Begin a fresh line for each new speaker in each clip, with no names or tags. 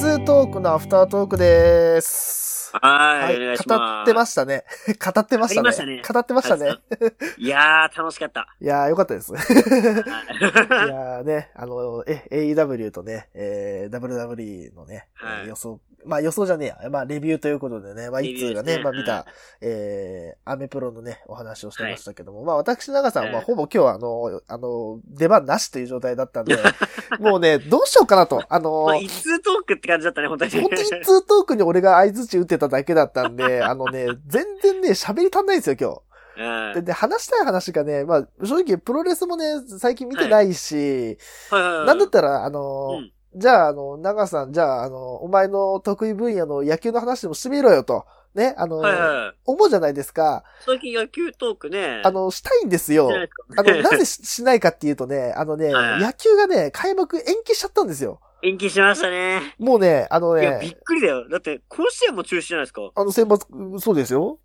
のアフタートークでーす。
はーい、お願いします。
語ってましたね。 語ってましたね。
語りましたね
語ってましたね。
いやー、楽しかった。
いやー、よかった です。い
はい
やーね、あの、え、AEW とね、えー、WWE のね、
はい
えー予想、まあ予想じゃねえや、まあレビューということでね、まあ
レ
一
ビュ
通が
ーですね
ね、まあ見
はい
た、えー、アメプロのね、お話をしてましたけども、まあ私、長さんはまあほぼ今日はあの、あの、出番なしという状態だったん で、もうね、どうしようかなと、あの
まあ、一通トークって感じだったね、本当に。
本当にツートークに俺が相槌打ってただけだったんで、 あのね、全然ね、喋り足んないんですよ、今日。
うんは
で
い
で、話したい話がね、まあ、正直、プロレスもね、最近見てないし、
はいはい
なんだったら、あの、
うん
じゃあ、あの、長さん、じゃあ、あの、お前の得意分野の野球の話でもしてみろよと、ね、あの、
はいはい。
思うじゃないですか。
最近野球トークね。
あ、の、したいんですよ
じゃ。ないです
あ
か
の、なぜししないかっていうとね、あのね、
はい
野球がね、開幕延期しちゃったんですよ。
延期しましたね。
もうね、あの
いや、び
ね
っ、くりだよ。だって、甲子園も中止じゃないですか。
あの、選抜、そうですよ。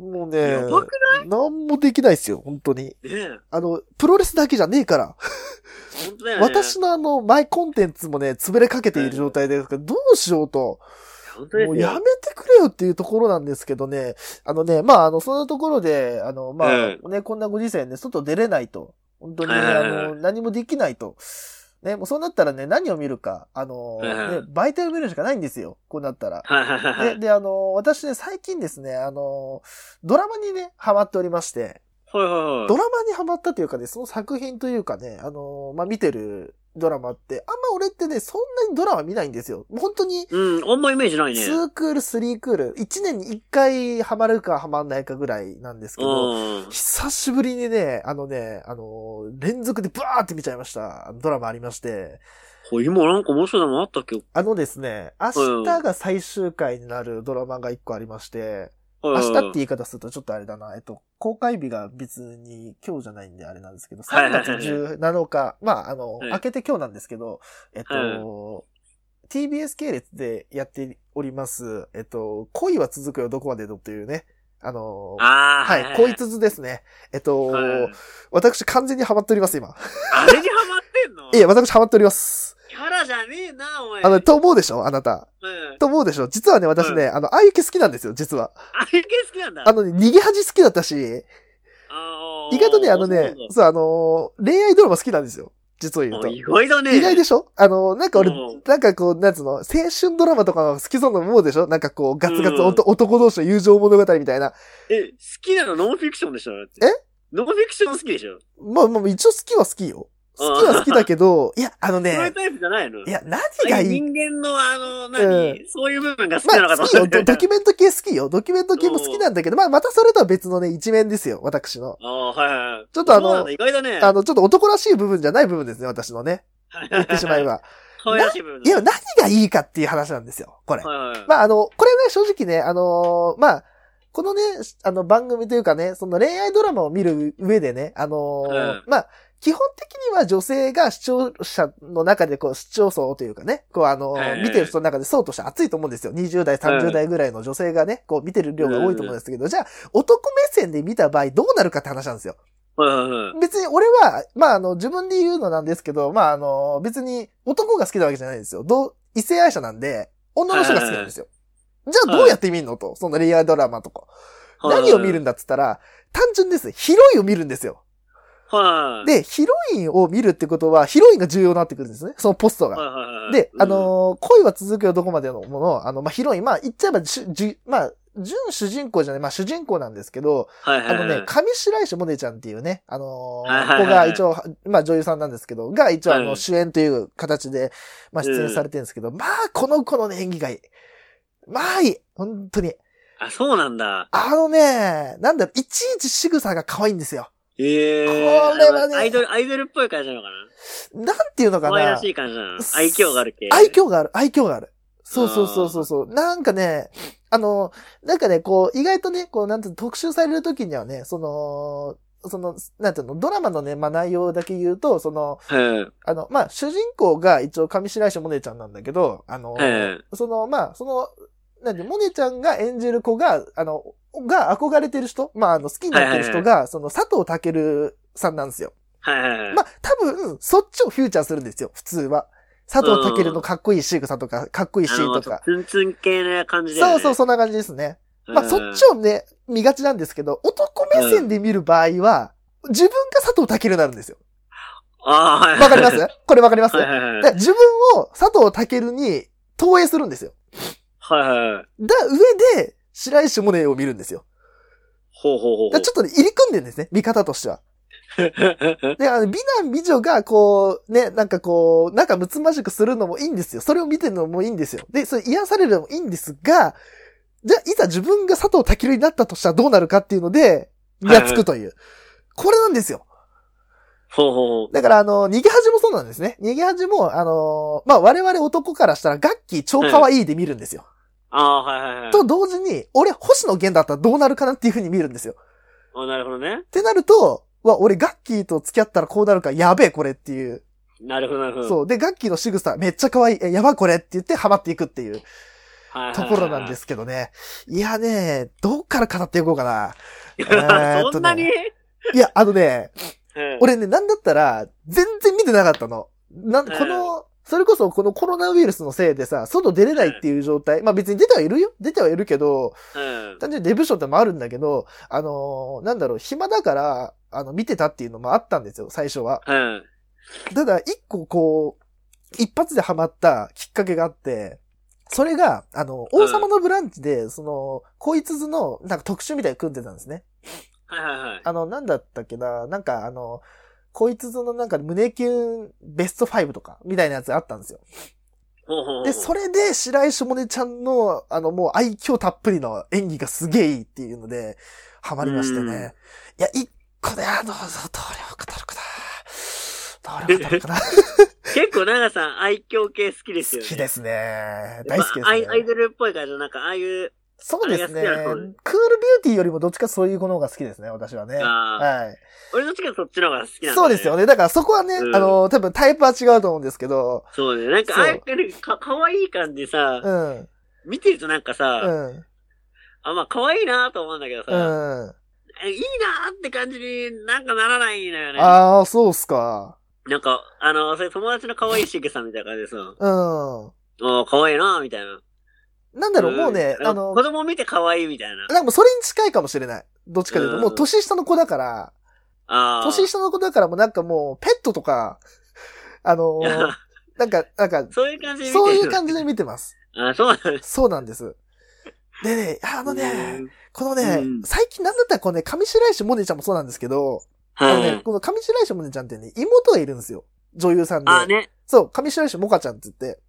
もうね
や、ばく
なんもできないですよ、本当に。
ないねえ
あの、プロレスだけじゃねえから。
本当だよね。
私のあの、マイコンテンツもね、潰れかけている状態ですから、どうしようと。
本当です
も
よ
うやめてくれよっていうところなんですけどね。あのね、まあ、あの、そのところで、あの、まあ、
え
ね、こんなご時世ね、外出れないと。本当に、
はいはい
あ
はい
の、何もできないと。ね、もうそうなったらね、何を見るか、あの、
ええ
ね、媒体を見るしかないんですよ。こうなったら。
はいはいはいはい
ね、で、あの、私ね、最近ですね、あの、ドラマにね、ハマっておりまして、
はいはいはい
ドラマにハマったというかね、その作品というかね、あの、まあ、見てるドラマって、あんま俺ってね、そんなにドラマ見ないんですよ。もう本当に、
うん、あんまイメージないね。
2クール、3クール、1年に1回ハマるかハマんないかぐらいなんですけど、
うん。
久しぶりにね、あのね、あの、連続でバーって見ちゃいました。ドラマありまして。
これ今なんか面白いのもあったっけ
あのですね、明日が最終回になるドラマが1個ありまして、
明
明日って言い方するとちょっとあれだな、えっと、公開日が別に今日じゃないんであれなんですけど、
はい
3
はいはい
月17日、まあ、あの、
はい
明けて今日なんですけど、えっと、TBS 系列でやっております、えっと、恋は続くよ、どこまでのというね、あの、
ああ。
はい、恋筒ですね。えっと、
はい
私完全にハマっております、今。
あれにハマってんの
いや、私ハマっております。
キャラじゃねえな、お前。
あの、と思うでしょあなた。
うん。
と思うでしょ実はね、私ね、あの、あゆき好きなんですよ、実は。
あれ系好きなんだ。
あのね、逃げ恥好きだったし、
あー
意外とね、あのね、そう、あのー恋愛ドラマ好きなんですよ。実を言
そうう
と。
そう意外だね。
意外でしょあのーなんか俺
うん、
なんかこう、なんつうの、青春ドラマとかの好きそうなもうでしょなんかこう、ガツガツ
うん
おと男同士の友情物語みたいな。
え、好きなのノンフィクションでしょだって
え
ノンフィクション好きでしょ
まあまあ、一応好きは好きよ。好きは好きだけど、いや、あの
そういう
ね、
タイプじゃないの
いや、何がいい
人間のあの、
う
何そういう部分が好き
ま
なの
あ、
かと
好き
思
よ。
って
ド
た
ドキュメント系好きよ。ドキュメント系も好きなんだけど、まあ、またそれとは別のね、一面ですよ、私の。
ああ、はいはいはい。
ちょっとあの
そうなんだ意外だね。
あの、ちょっと男らしい部分じゃない部分ですね、私のね。
言
言ってしまえ。ば。
可愛らしい部分だ
いや、何がいいかっていう話なんですよ、これ。
はいはい。
まあ、あの、これね、正直ね、あのーまあ、このね、あの、番組というかね、その恋愛ドラマを見る上でね、あのー
うん
まあ、基本的には女性が視聴者の中で、こう、視聴層というかね、こう、あのー
はいはい
見てる人の中で層として熱いと思うんですよ。20代、30代ぐらいの女性がね、こう、見てる量が多いと思うんですけど、じゃあ、男目線で見た場合どうなるかって話なんですよ。
はいはいはい。
別に俺は、まあ、あの、自分で言うのなんですけど、まあ、あの、別に男が好きなわけじゃないんですよ。どう、異性愛者なんで、女の人が好きなんですよ。じゃあどうやって見んのと、その恋愛ドラマとか。何を見るんだって言ったら、単純です。ヒロインを見るんですよ。
はい。、
で、ヒロインを見るってことは、ヒロインが重要になってくるんですね。そのポスト
はい
が。
はいはいはい
で、あ、の恋は続くよ、どこまでのもの、あの、まあ、ヒロイン、まあ、言っちゃえば、じゅ、じゅまあ、純主人公じゃない、まあ、主人公なんですけど、
はいはい
あ
は
の
い
ね、上白石萌音ちゃんっていうね、あの
はいはい
ー、
はい
子が一応、まあ女優さんなんですけど、が一応あ
う
の
ん
主演という形で、まあ出演されてるんですけど、まあこの子のね、演技がいい。まあいい。本当に。
あ、そうなんだ。
あのね、なんだろう、いちいち仕草が可愛いんですよ。
ええ
これはね
アイドル、アイドルっぽい感じなのかな
なんていうのか
可愛ら
な
し。い感じなの愛嬌がある系。
愛嬌がある、愛嬌がある。そうそうそうそうそう。なんかね、あの、なんかね、こう、意外とね、こう、なんていうの特集される時にはね、その、その、なんていうの、ドラマのね、まあ内容だけ言うと、その、
うん。
あの、まあ、主人公が一応上白石萌音ちゃんなんだけど、あの、
え
その、まあ、その、なんで、萌音ちゃんが演じる子が、あの、が憧れてる人、まあ、あの、好きになってる人
はい
が、その、佐藤健さんなんですよ。
はいはいはい。
まあ、多分、そっちをフューチャーするんですよ、普通は。佐藤健のかっこいいシーンとか、かっこいいシ
あ
ーン
の、
と
ちょ
か
っと。ツンツン系な感じで、
そうそう、
う。
そんな感じですね。まあ、そっち
を。
をね、見がちなんですけど、男目線で見る場合は、自分が佐藤健になるんですよ。
ああ、はい。
わかりますこれわかります
はい
だか
はいはい。
ら自分を佐藤健に投影するんですよ。
はいはいはい。
だ、上で、白石萌音を見るんですよ。
ほうほうほうほう。
だからちょっとね、入り組んでるんですね、見方としては。で、あの、美男美女が、こう、ね、なんかこう、仲睦まじくするのもいいんですよ。それを見てるのもいいんですよ。で、それ癒されるのもいいんですが、じゃあ、いざ自分が佐藤健になったとしたらどうなるかっていうので、がつくという。これなんですよ。
ほうほうほう。
だから、あの、逃げ恥もそうなんですね。逃げ恥も、あのーまあ、我々男からしたら、ガッキー超可愛いで見るんですよ。
ああ、はいはいはい。
と同時に、俺、星野源だったらどうなるかなっていうふうに見るんですよ。
あなるほどね
っ。てなると、うわ、俺、ガッキーと付き合ったらこうなるから、やべえ、これっていう。
なるほど、なるほど。う。。
そう。で、ガッキーの仕草、めっちゃ可愛い。え、やばいこれって言ってハマっていくっていうところなんですすけどね。いやね、どっから語っていこうかな。えーっとね
そんなに
いや、あのね、
うん
俺ね、なんだったら、全然見てなかったの。なん、
うん
この、それこそこのコロナウイルスのせいでさ、外出れないっていう状態。まあ別に出てはいるよ。出てはいるけど、
うん。
単純にデブ症ってのもあるんだけど、あのーなんだろう、暇だから、あの、見てたっていうのもあったんですよ、最初は。
うん。
ただ、一個こう、一発でハマったきっかけがあって、それが、あの、
うん
王様のブランチで、その、こいつずの、なんか特集みたいに組んでたんですね。
はいはいはい。
あの、なんだったっけな、なんかあの、こいつずのなんか胸キュンベスト5とか、みたいなやつがあったんですよ。
ほうほうほう。
で、それで白石萌音ちゃんの、あの、もう愛嬌たっぷりの演技がすげえいいっていうので、ハマりましてね。いや、一個で、あの、どうどれを語るかな。どれを語るかな。
結構長さん愛嬌系好きですよ
好
ね。。
きですすね。大好きです
アイアイ
ね。
ドルっぽい感じの、なんか、ああいう、
そうですね。
あ
ク
れ
ール
が好きな
ビ
の
ューティーよりもどっちかそういう子の方が好きですね、私はね。
あ
は
ー俺どっちかそっちの方が好き
い。
なんだ、ね。
そうですよね。だからそこはね、
うん
あの、多分タイプは違うと思うんですけど、
そうね。なんか、
そう
ああいうなんか、か、かわいい感じさ、
うん、
見てるとなんかさ、
うん、
あ、まあ、かわいいなと思うんだけどさ、
うん。
えいいなーって感じになんかならないのよね。
ああ、そうっすか。
なんか、あの、それ友達の可愛いしぐさみたいな感じでさ、
うん。
おー可愛いなーみたいな。
なんだろう、もうね、
ん
あの
子、供見て可愛いみたいな。
なんかそれに近いかもしれない。どっちかというと、
うん
もう年下の子だから、
ああ。
年下の子だからもうなんかもう、ペットとか、 あの
い、や
なんか、なんか、
そういう感じで見てる
そういう感じで見てます。
あ、そうなんです
そうなんです。でね、あのね、。このね、
うん
最近なんだったらこのね、上白石萌音ちゃんもそうなんですけど、あ
は
のね
い。
この上白石萌音ちゃんってね、妹がいるんですよ。女優さんで。
あ、ね。
そう、上白石萌歌ちゃんって言って。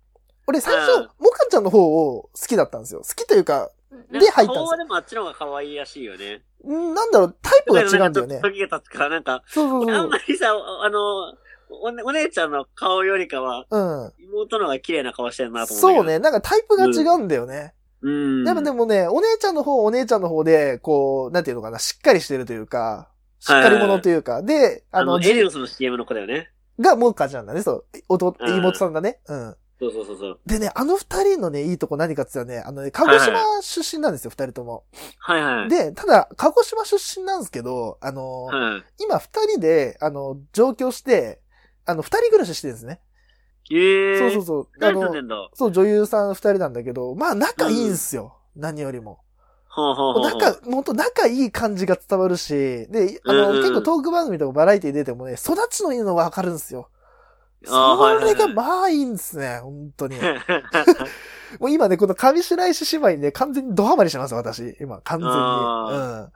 俺最
う
初
ん、
萌歌ちゃんの方を好きだったんですよ。好きというか、
なん
で
か
入ったんです
顔は
よ
でもあっちの方が可愛いらしいよね。
うん。なんだろう、タイプが違うんだよね
な。か時が経つから、なんか、
そうそう
あ
そ
ん
う
ま。りさ、おあの、おねお姉ちゃんの顔よりかは、
うん。
妹の方が綺麗な顔してるなと思
そううん
だけど。
ね。なんかタイプが違うんだよね。
うん。
でもでもね、お姉ちゃんの方、お姉ちゃんの方で、こう、なんていうのかな、しっかりしてるというか、しっかり者というか、で、あ
あの、
の、
エリオスの CM の子だよね。
がもうかちゃんだね、そう。弟、
うん
妹さんだね。うん。
そうそうそうそう。
でね、あの二人のね、いいとこ何かって言ったらね、あのね、鹿児島出身なんですよ、二人とも。
はいはい。
で、ただ、鹿児島出身なんですけど、あの、
は
今二人で、あの、上京して、あの、二人暮らししてるんですね。
い。えー。
そうそう
う。
そう。あ
何住んで
の、
んだほう
そう、女優さん二人なんだけど、まあ、仲いいんすよ。何よりも。
ほうほうほう。
仲、ほんと仲いい感じが伝わるし、で、あの、
うんうん
結構トーク番組とかバラエティ出てもね、育ちのいいのわかるんですよ。
あー
そ
はいはいは
れ
い
がまあいいんですね、本 当に。
あ
もう今ね、この上白石姉妹にね、完全にドハマりしてます、私。今、完全
あ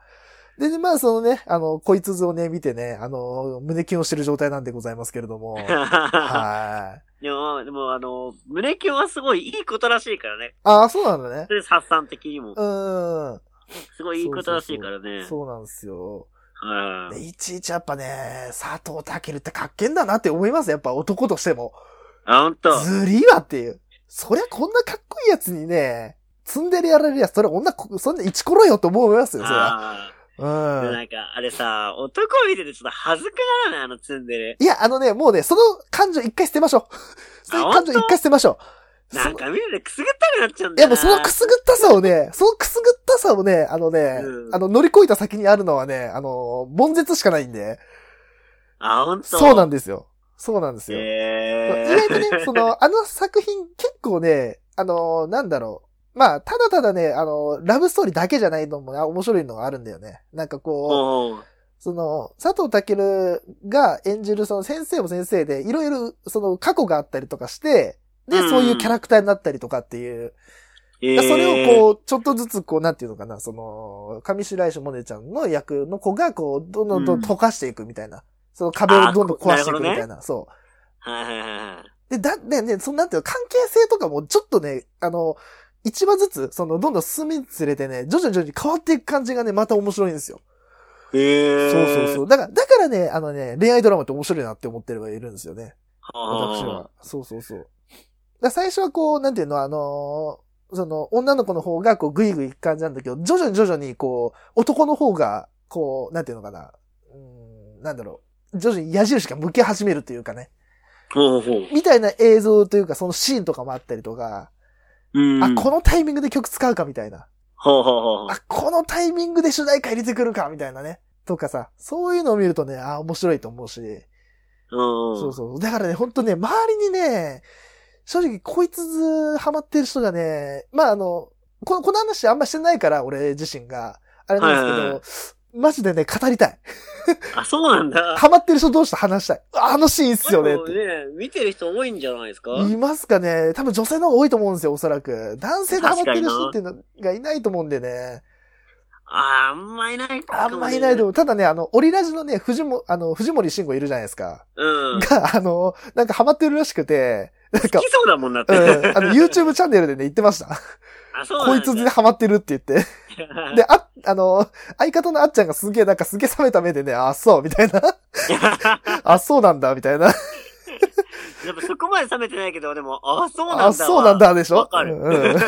に。うん。で、まあ、そのね、あの、こいつ図をね、見てね、あの、胸キュンをしてる状態なんでございますけれど も。はい。
でも、でもあの、胸キュンはすごいいいことらしいからね。
ああ、そうなんだね
そ。れ発散的にも
う。ーん。
すごいいいことらしいからね。
そうなんですよ。
うん
でいちいちやっぱね、佐藤健ってかっけんだなって思います、やっぱ男としても。
あ、ほんと。
ずりはっていう。そりゃこんなかっこいいやつにね、積んでるやられるやつ、それ女こ、そんな一コロよと思いますよ、それは。
あ
う
あ。で
ん。
なんか、あれさ、男見ててちょっと恥ずかしないあのツンデレ。
いや、あのね、もうね、その感情一回捨てましょう。その感情
本当
一回捨てましょう。
な
そ
ん
の
か見るでくすぐったくなっちゃうん
い
だ
や、も
よな。
うそのくすぐったさをね、そのくすぐったさをね、あのね、
うん
あの、乗り越えた先にあるのはね、あの、悶絶しかないんで、
あ、ほんと。
そうなんですよ。そうなんですよ。意
え
外 とね、その、あの作品結構ね、あのーなんだろう。まあ、ただただね、あのーラブストーリーだけじゃないのもね、面白いのがあるんだよね。なんかこう、
おう
その、佐藤健が演じるその先生も先生で、いろいろその過去があったりとかして、で、
うん
そういうキャラクターになったりとかっていう。
え
それをこう、ちょっとずつこう、なんていうのかな、その、上白石萌音ちゃんの役の子がこう、どんどんどん
うん
溶かしていくみたいな。その壁をどんどん壊していくみたいな。そう。
う。はいはいはいはい。
で、だ、でね、そのなんていうの関係性とかもちょっとね、あの、一話ずつ、その、どんどん進みにつれてね、徐々に徐々に変わっていく感じがね、また面白いんですよ。
へえ。
そうそうそう。だから、だからね、あのね、恋愛ドラマって面白いなって思ってるはいるんですよね。私は。そうそうそう。だから最初はこう、なんていうの、あのーその、女の子の方がこう、ぐいぐい行く感じなんだけど、徐々に徐々にこう、男の方が、こう、なんていうのかな、うーん、なんだろう。徐々に矢印が向け始めるというかね。
ほうほう。
みたいな映像というか、そのシーンとかもあったりとか、
うん。
あ、このタイミングで曲使うかみたいな。
ほうほうほう。
あ、このタイミングで主題歌入れてくるかみたいなね。とかさ、そういうのを見るとね、あ、面白いと思うし。
うん。
そうそう。だからね、ほんとね、周りにね、正直、こいつハマってる人がね、まああの、この、この話あんましてないから、俺自身が。あれ
はいはい
なん
は
ですけど、マジでね、語りたい。
あ、そうなんだ。
ハマってる人同士と話したい。うわあのシーンっすよねっ
でも
て。
ね、見てる人多いんじゃないですか
いますかね多分女性の方が多いと思うんですよ、おそらく。男性でハマってる人っ
確
ていうのがいないと思うんでね。
あ、あんまいない
あんまいないと
と
思う。ただね、あの、オリラジのね、藤も、あの、藤森慎吾いるじゃないですか。
うん。好
が、あの、なんかハマってるらしくて、なんか、
きそうだもんなっ
う
て。
ん、あの、YouTube チャンネルでね、言ってました。
あ、そう
こ
ないんだ。
つでハマってるって言って。で、あ、あの、相方のあっちゃんがすげえ、なんかすげえ冷めた目でね、あ、そう、みたいな。あ、そうなんだ、みたいな。
やっぱそこまで冷めてないけど、でも、あ、そうなんだわ。
あ、そうなんだ、でしょ
わかる
うん うん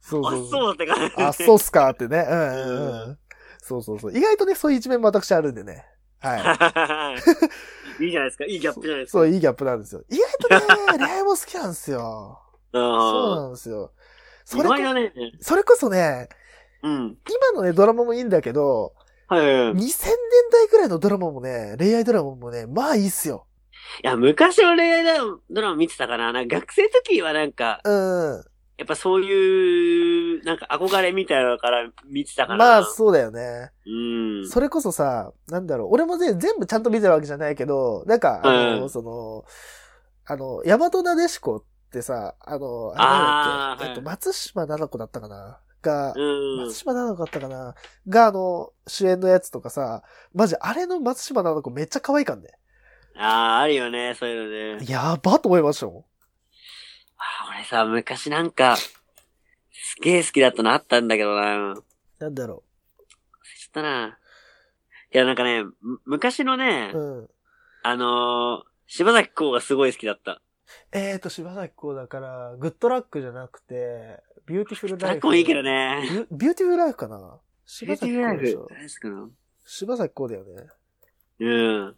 そうそ
あ、
うそう。
そうだって感じ。
あ、そうっすかってね。うんうん
う
うん。そうそうそう。意外とね、そういう一面も私あるんでね。はい。
いいじゃないですか。いいギャップじゃないですか。
そう、いいギャップなんですよ。意外とね、恋愛も好きなんです よ。 そう
そ
なんですよ。
う
それ
意
こ
外だね。
それこそね、
うん。
今のね、ドラマもいいんだけど、
はいはい
2000
はい。い
年代くらいのドラマもね、恋愛ドラマもね、まあいいっすよ。
や、昔の恋愛ドラマ見てたかな。なんか学生の時はなんか、
うん。
やっぱそういう、なんか憧れみたいなのから見てたから。
まあ、そうだよね。
うん。
それこそさ、なんだろう、俺もね、全部ちゃんと見てるわけじゃないけど、なんか、あの、
うん
その、あの、ヤマトナデシコってさ、あの、あれなんだっけ、
あーはい
えっと、松島奈々子だったかなが、
うん
松。島奈々子だったかなが、あの、主演のやつとかさ、マジ、あれの松島奈々子めっちゃ可愛いかんね。
ああ、あるよね、そういうのね。
やばと思いましたも
あー俺さ、昔なんか、すげえ好きだったのあったんだけどな。忘れ
ん。なんだろ
ちゃったな。いや、なんかね、む昔のね、
う。うん。
あのー、柴崎ウがすごい好きだった。
えーと、柴咲コウだから、グッドラックじゃなくて、ビューティフルライ
ラ
フ。
コンいいけど。ね。
ビュビューティフルライフかな柴咲コウでしょ。
大好きなの
柴咲コウだよね。
うん。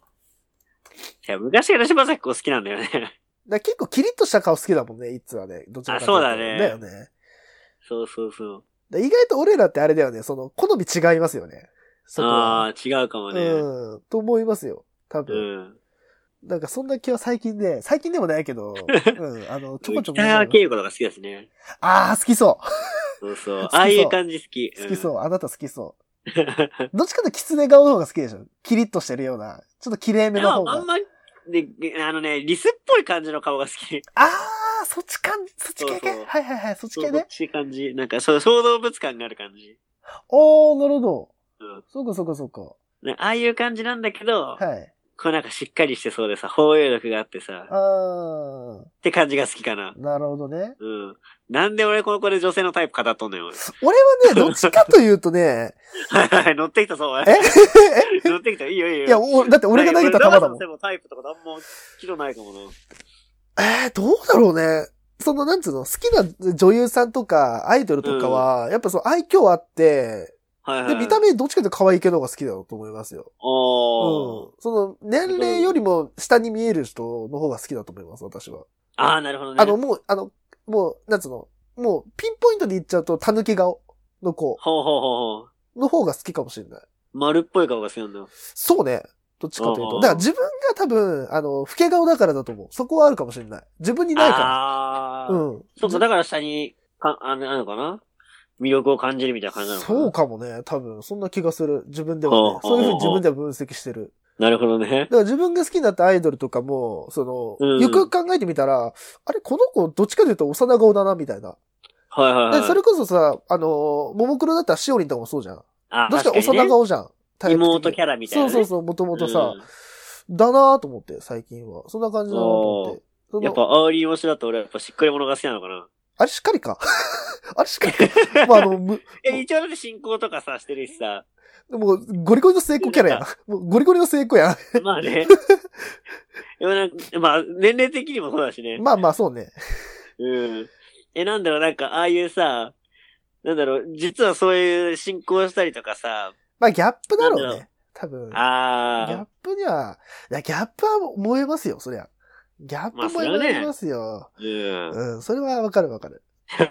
いや、昔から柴崎ウ好きなんだよね。
だから結構キリッとした顔好きだもんね、いつはね。どちらかといと
あそうだね
だよね。だか
そうそうそう。
ら意外と俺らってあれだよね、その、好み違いますよね。そこは。
ああー、違うかもね。
うん。と思いますよ。多
う
分。
ん。
なんかそんな気は最近で、最近でもないけ ど、うん。あの、ちょこちょこ。
北川景子とか好きですね。
ああ、好きそう。
そうそう。
好きそう
ああいう感じ好き。
好き
う
そう。あなた好きそう。
ん。
どっちかというと狐顔の方が好きでしょキリッとしてるような。ちょっと綺麗め
でも
の方
あ
が
ん。ま、で、あのね、リスっぽい感じの顔が好き。
あー、そっち感じ、そっち系
そう
ね
そう
はいはいはい、そっち
そう
系
どっ
ね。
ち感じ。なんか、そう、小動物感がある感じ。
おー、なるほど。
うん
そうかそうかそうか。
ねああいう感じなんだけど、
はい。
こうなんかしっかりしてそうでさ、包容力があってさ、っ
あ
て感じが好きかな。
ー、なるほどね。
うん。なんで俺この子で女性のタイプ語っとんのよ。
俺はね、どっちかというと ね、
はい はい、乗ってきたぞ、お前
え
乗ってきた、いいよいいよ。
いや、おだって俺が投げた球だもん
で。もタイプとかなんも聞のないかもな。
えー、どうだろうね。その、なんつうの、好きな女優さんとか、アイドルとかは、やっぱそう、愛嬌あって、
はいは
で、
い。
見た
目
目どっちかというと可愛い系の方が好きだと思いますよ。
おー。
うんその、年齢よりも下に見える人の方が好きだと思います、私は。
ああ、なるほどね。
あの、もう、あの、もう、なんつうの、もう、ピンポイントで言っちゃうと、たぬき顔の子
ほうほうほうほう。
の方が好きかもしれない。
丸っぽい顔が好きなんだよ。
そうね。どっちかという
うんう
と。
ん
だから自分が多分、あの、老け顔だからだと思う。そこはあるかもしれない。自分にないか
あ
ら。
あ。。
うんん。
そうか、だから下に、か、あれなのかな魅力を感じるみたいな感じなのかな
そうかもね。多分、そんな気がする。自分ではね。
うん
そういうふうに
うん
自分では分析してる。
なるほどね
だ。から自分が好きになったアイドルとかも、その、
うん
よくよく考えてみたら、あれ、この子、どっちかというと幼顔だな、みたいな。
はいはい
で、
はい。
それこそさ、あの、ももクロだったらしおりんとかもそうじゃん。
あ、
どっちか
確かにね
幼顔じゃん。タイプ的に
妹キャラみたいなね
そうそうそう、もともとさ、だなぁと思って、最近は。そんな感じだなぁと思って。その
やっぱ、煽り推しだと俺はやっぱしっかり者が好きなのかな。
あれしっかりか。 あれしっかりか。まあ、あの、む、
え、一応だって進行とかさ、してる しさ。
もう、ゴリゴリの成功キャラやん。もう、ゴリゴリの成功やん。
まあね。でもなんかまあ、年齢的にもそうだしね。
まあまあ、そうね。
うん。え、なんだろう、なんか、ああいうさ、なんだろう、実はそういう進行したりとかさ、
まあ、ギャップだろ
な
うん
だ
ね。多分。ギャッ
あ
プには、いや、ギャップは燃えますよ、そりゃ。ギャッ
まあ
プ
それはね
燃えますよ。
あ、うん。
う ん、それはわかるわかる。うん。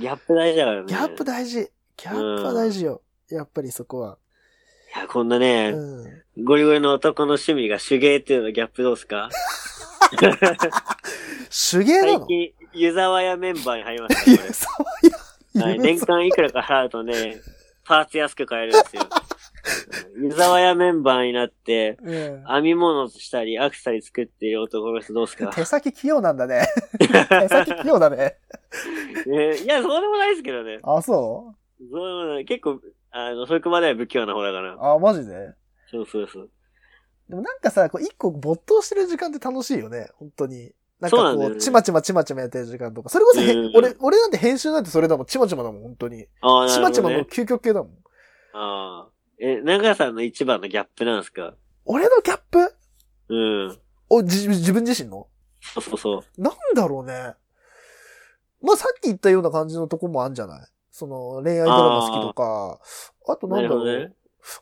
ギャップ大事だからね。
ギャップ大事。ギャップは大事よ。やっぱりそこは。
いや、こんなね、
うん。
ゴリゴリの男の趣味が手芸っていうのギャップどうすか
手芸な
最
の
近、湯沢屋メンバーに入りました、
い
ね
や、
こ
爽やか
れ。はい、年間いくらか払うとね、パーツ安く買える んですよ。湯沢屋メンバーになって、
うん
編み物したり、アクセサリー作ってる男の人どうすか、
手先器用なんだね。 手先器用だね。
ねいや、そうでもないですけどね。
あ、そ
そうでもない結構、あの、そこまでは不器用な方だか
う
ら。
あ、マジで
そうそうそう。
でもなんかさ、こう一個没頭してる時間って楽しいよね、本当に。なんか
そうなんだ
こ
よ
う、
ね
ちまちまちまちまやってる時間とか。それこそへ、
うん
俺、俺なんて編集なんてそれだもん、ちまちまだもん、本当に。
ああ、な
ち
る
ま
ほ
ち
ど、
まの
ね。
究極系だもん。
ああ。え、長さんの一番のギャップなんですか
俺のギャップ
うん。
お、じ、自分自身の
そうそうそう。
なんだろうね。まあ、さっき言ったような感じのとこもあるんじゃないその、恋愛ドラマ好きとか、あとなんだろ
なる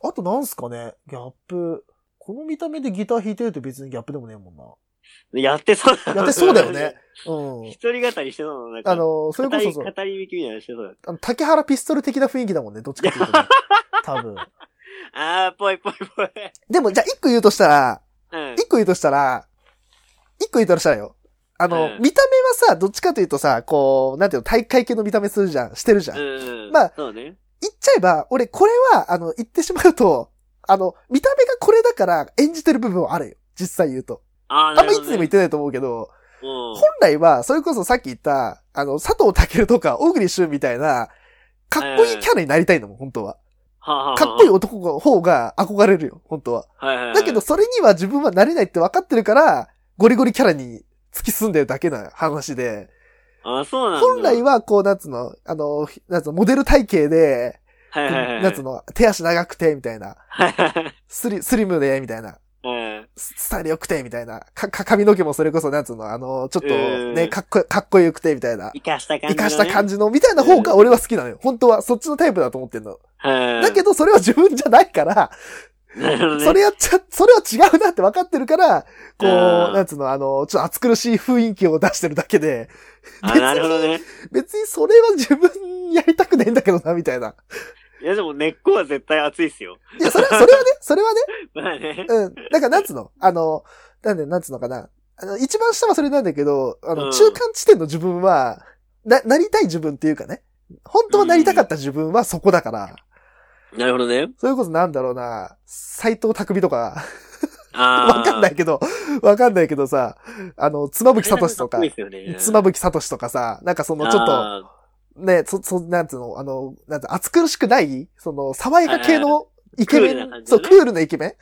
ほ
う、あ
どね
となんすかね、ギャップ。この見た目でギター弾いてると別にギャップでもねえも んな。
やってそうだな
やってそうだよね。。う
一
ん。
人語りしてそうなのなんか。
あの、それこ
語り、
そそう
語り引きみたいなのしてそう
あの竹原ピストル的な雰囲気だもんね、どっちかっていうと ね。多分。
だ。ああ、ぽいぽいぽい。
でも、じゃあ一個言うとしたら、
うん。
一個言うとしたら、一個言うとしたらよ。あの、
うん
見た目はさ、どっちかというとさ、こう、なんていうの、大会系の見た目するじゃん、してるじゃん。
うん。
まあ
そうね。
言っちゃえば、俺、これは、あの、言ってしまうと、あの、見た目がこれだから演じてる部分はあるよ。実際言うと。
ああ、
あ
なん
ま
る
い
ほ
つ
どね
でも言ってないと思うけど、
うん
本来は、それこそさっき言った、あの、佐藤健とか、小栗旬みたいな、かっこいいキャラになりたいのもん、本当は。
はあはあはあ
かっこいい男の方が憧れるよ、本当は。
はいはいはい。
だけど、、それには自分はなれないって分かってるから、ゴリゴリキャラに突き進んでるだけな話で、
ああ、そうなんだ。
本来は、こう、なんつうの、あの、なんつうの、モデル体型で、
はいはいはい。
なんつうの、手足長くて、みたいな。
はいはい
スリ、スリムで、みたいな。
はい。うん
ススタイル良くて、みたいな。か、か髪の毛もそれこそ、なんつうの、あの、ちょっと
うん
ね、かっこ、かっこよくて、みたいな。
生かした感じ。
生かした感
じ。
じの、みたいな方が俺は好きなのよ。本当は、そっちのタイプだと思ってんの。だ
だ
けど、それは自分じゃないから、
ど、なるほどね。
それやっちゃ、それは違うなって分かってるから、こう、
うん
なんつうの、あの、ちょっと暑苦しい雰囲気を出してるだけで、
あ
別に
なるほどね。
別にそれは自分やりたくねえんだけどな、みたいな。
いや、でも根っこは絶対熱いっすよ。
いや、 それ、それはね、それはね、
まあね。
うん。だから、なんつうのあの、なんで、なんつうのかな。あの、一番下はそれなんだけど、あの、
うん
中間地点の自分は、な、なりたい自分っていうかね。本当はなりたかった自分はそこだから。
なるほどね。
それこそなんだろうな、斎藤匠とか、
ああ。
わかんないけど、わかんないけどさ、あの、妻夫木聡とか
あれ、なんかっこいいっすよね
妻夫木聡とかさ、なんかそのちょっと、
あー
ね、そ、そ、なんつうの、あの、なんつうの暑苦しくないその、爽やか系のイケメ
クールな
ン、
感じ
そ
の
う、
ね
クールなイケメン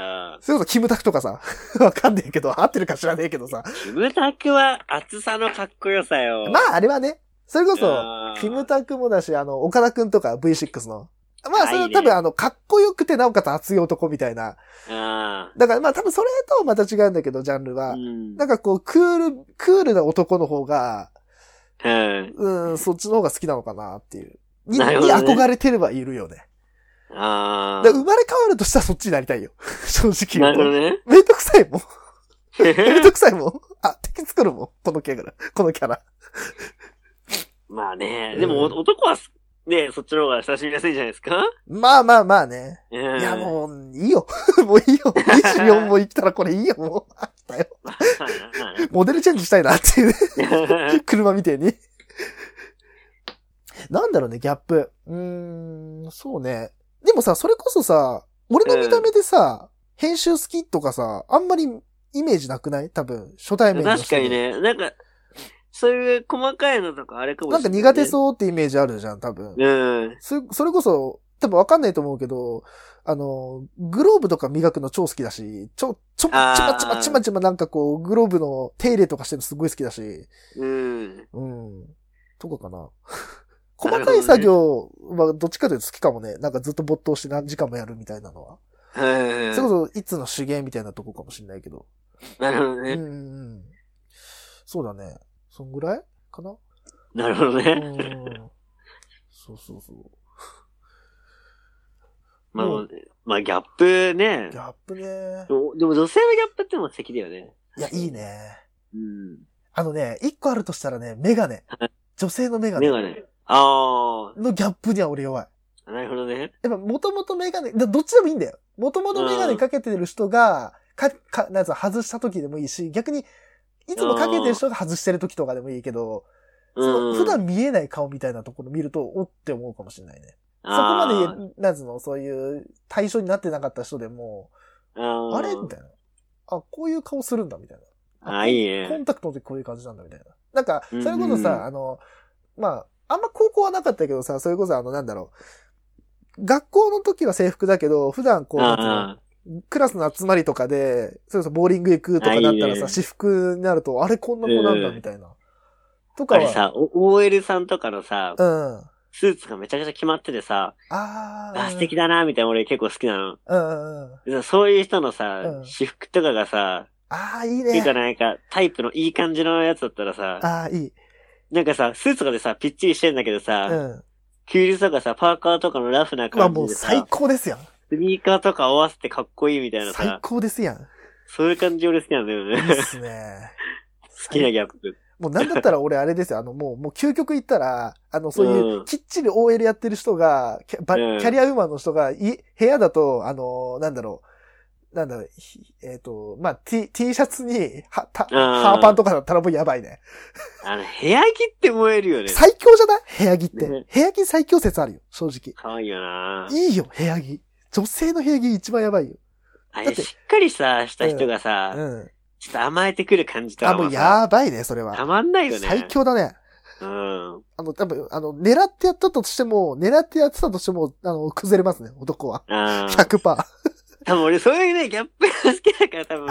あ
それこそキムタクとかさ、 わかんねえけど、合ってるか知らねえけどさ。
ー。キムタクは厚さのかっこよさよ。
まあ、あれはね、それこそ、
あー
キムタクもだし、あの、岡田くんとか V6 の。まあ、それ
あい
はい
ね
多分、あの、かっこよくて、なおかつ熱い男みたいな。
あ
だから、まあ、多分それとはまた違うんだけど、ジャンル
あ。
は
う。ん。
なんかこう、クール、クールな男の方が、
うん。
うん、そっちの方が好きなのかなっていう。に、
なるほ
に
どね
憧れてればいるよね。
あ
だから生
あ。
まれ変わるとしたらそっちになりたいよ。 正直
な
言うと。
るほどね。
めんどくさいもん。 めんどくさいもん。あ、敵作るもん。このキャラ。このキャラ。
まあね
う。ん
でもお男はす、ね、そっちの方が親しみやすいじゃないですか
まあまあまあね。
い
いや、もう、いいよ。 もういいよ。24も生きたらこれいいよ、もう。あったよ。モデルチェンジしたいなっていうね。 車みてえに。なんだろうね、ギャップ。うーん、そうね。でもさ、それこそさ、俺の見た目でさ、編集好きとかさ、あんまりイメージなくない多分、初対面の人
確かに。ね、なんか、そういう細かいのとかあれかも
なん
し
か
れない、
苦手そうってイメージあるじゃん、多分。
う。うん。
そそれこそ、多分わかんないと思うけど、あの、グローブとか磨くの超好きだし、ちょ、ちょ、ち
あー
まちまちまちまなんかこう、グローブの手入れとかしてるのすごい好きだし、
うん。
うん。とかか な。細かい作業はどっちかというと好きかもね。なんかずっと没頭して何時間もやるみたいなのは。
はい。
それこそ、いつの手芸みたいなとこかもしれないけど。
なるほど
うんう
ね。
んうん。そうだね。そんぐらいか な
なるほど
う
ね。
ん。そうそうそう。
まあ、まあ、ギャップね
ギ。ャップね
で。も、でも女性のギャップってのも素敵だよね。
いや、いいね。
うん。
あのね、一個あるとしたらね、メガネ。女性のメガ
メ
ネ
ガネ。あ
のギャップには俺弱い。
あ、なるほどね。
やっぱ、もともとメガネ、だどっちでもいいんだよ。もともとメガネかけてる人が、か、か、なんつうの、外した時でもいいし、逆に、いつもかけてる人が外してる時とかでもいいけど、その、
うん
普段見えない顔みたいなところ見ると、おって思うかもしれないね。そこまで言え、なんつうの、そういう対象になってなかった人でも、
あー
あれみたいな。あ、こういう顔するんだ、みたいな。
あーいい
コン
ね。
タクトの時こういう感じなんだみたいな。なんか、そ
うんう
れ
ん
こそさ、あの、まあ、あんま高校はなかったけどさ、それこそあの、なんだろう。学校の時は制服だけど、普段こう、なん
あ
つうのクラスの集まりとかで、それこそボーリング行くとかだった
あい
ら
い
さ、
ね
私服になると、あれこんな子なんだ
うん
みたいな。と
ー
か
あれ
は、
さ、お OL さんとかのさ
う、ん。あ
スーツがめちゃくちゃ決まっててさ、
あー。
あ、素敵だな、みたいな俺結構好きな
うんうんうん。
の。そういう人のさ、
うん
私服とかがさ、
ああ、いい
っていうか
ね。
なんか、タイプのいい感じのやつだったらさ、
ああ、いい。
なんかさ、スーツとかでさ、ぴっちりしてんだけど
う
さ、
ん。
休日とかさ、パーカーとかのラフな
まあ
感
も
じ
う
で
最
さ、
高ですやん。
スニーカーとか合わせてかっこいいみたいな
最
さ、
高ですやん。
そういう感じ俺好きなんだよ
いいっ
ね。
すね。
好きなギャップ。
もうなんだったら俺あれですよ、あのもう、もう究極言ったら、あのそういううんきっちり OL やってる人が、キャバ
うん
キャリアウーマンの人が、い、部屋だと、あの、なんだろう、なんだろう、ひえっ、と、まあ、T、T シャツに、は、た、
うん
ハーパンとかだったらもうやばいね。
あの、部屋着って燃えるよね。
最強じゃない部屋着って。
ね
部屋着最強説あるよ、正直。
かわいいよない
いよ、部屋着。女性の部屋着一番やばいよ。だ
あれ、
って
しっかりさ、した人がさ、
うん。
ちょっと甘えてくる感じと
あ、
か
も
も
う
さ、
やばいね、それは。
たまんないよね。
最。強だね。
うん。
あの、多分、あの、狙ってやったとしても、狙ってやってたとしても、あの、崩れますね、男は。
ああ。
100%。
多分俺、そういうね、ギャップが好きだから、多分、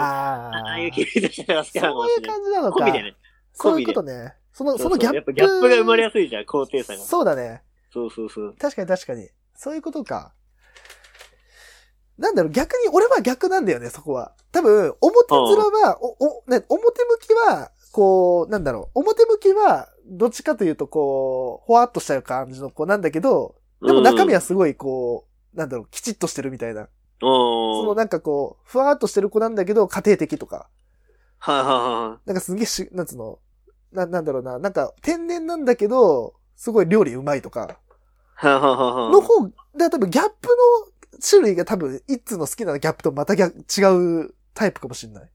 あ
あ
ー
あいう切りとしてが好きな
そ
のかも
うい
し
う
れない。
感じなの
込
か
み。でね。
そういうことね。その、その
う
ギャ
う
ッ
やっぱ
プ。
ギャップが生まれやすいじゃん、高低差が。
そうだね。
そうそうそう。
確かに確かに。そういうことか。なんだろう、逆に、俺は逆なんだよね、そこは。多分、表面は、お、お、ね、表向きは、こう、なんだろう、表向きは、どっちかというと、こう、ほわっとした感じの子なんだけど、でも中身はすごい、こう、なんだろう、きちっとしてるみたいな。
うん、
そ
お
の
ー。
なんかこう、ふわーっとしてる子なんだけど、家庭的とか。
はいはいは
なんかすげえし、なんつうの、な、なんだろうな、なんか天然なんだけど、すごい料理うまいとか。
いはい。はいはいはいはい。
の方、で多分ギャップの種類が多分、いつの好きなギャップとまたギャ違うタイプかもしれない。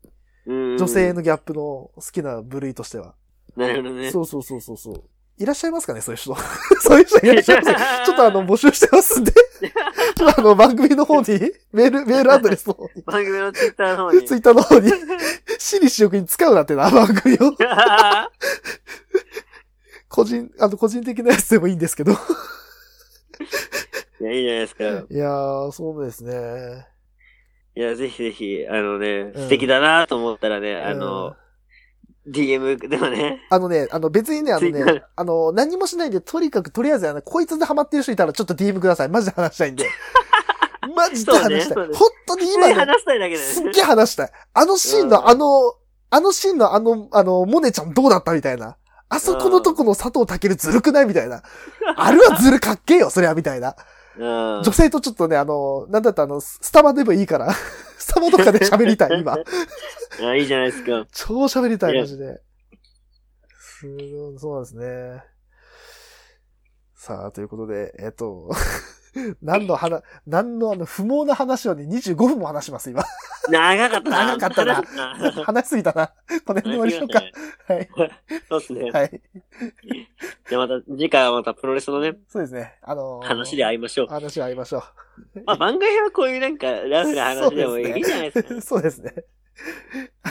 うん
女性の。ギャップの好きな部類としては。
なるほどね。
そうそうそうそうそう。いらっしゃいますかね、そういう人。 そういう人いらっしゃいますかちょっとあの、募集してます んで。ちょっとあの、番組の方に、メール、メールアドレスの方に。
番組のツイッターの方 に。
ツイッターの方に、私利私欲に使うなってな、番組を。個人、あの、個人的なやつでもいいんですけど。い
いや、いいじゃないですか。
やー、そうですね。
いや、ぜひぜひ、あのね、
うん
素敵だなと思ったらね、あ
うん
の、DM でもね、
あのね、あの別にね、あの
Twitter
ね、あの、何もしないで、とにかく、とりあえず、あの、こいつでハマってる人いたらちょっと DM ください。マジで話したいん で。マジで話した
そ
い。
うね
本当に
普通に
今ね、
話したいだけですす
っげえ話したい。あのシーン
う
の、
ん
あの、あのシーンのあの、あの、モネちゃんどうだったみたいな。あそこのとこの佐藤健ずるくないみたい な。あれはずるかっけえよ、そりゃ、みたいな。
うん
女性とちょっとね、あの、なんだったらあの、ススタバでもいい から、スタバとかで喋りたい、今。
あ。いいじゃないですか。
超喋りたい、
いや
マジで。すごいそうなんですね。さあ、ということで、えっと、 何の話、何のあの、不毛な話をね、25分も話します、 今。
長かったな。
長かったな
長かったな。
話しすぎたな。この辺で終わりましょうか。はい。
そうですね。
はい。
じゃあまた、次回はまたプロレスのね、
そうですね。あのー
話で会いましょう。
話で会いましょ
まあ、番外編はこういうなんか、ラフな話でもいいじゃないですか。
う。 そうですね。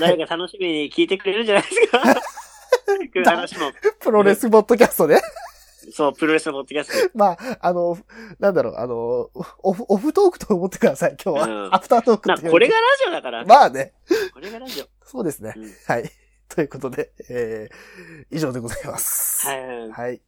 誰か楽しみに聞いてくれるんじゃない ですか。こういう話も。
プロレスポッドキャストね。
そう、プロレスのポッドキャス
まあ、あの、なんだろう、あの、オフ、オフトークと思ってください、今日は。
うん
アフタートー
ト。
ク
な
っていう。
これがラジオだから。
まあね、
これがラジオ。
そうですね。
うん
はい。ということで、えー、以上でございます。
はいはいはい。
はい。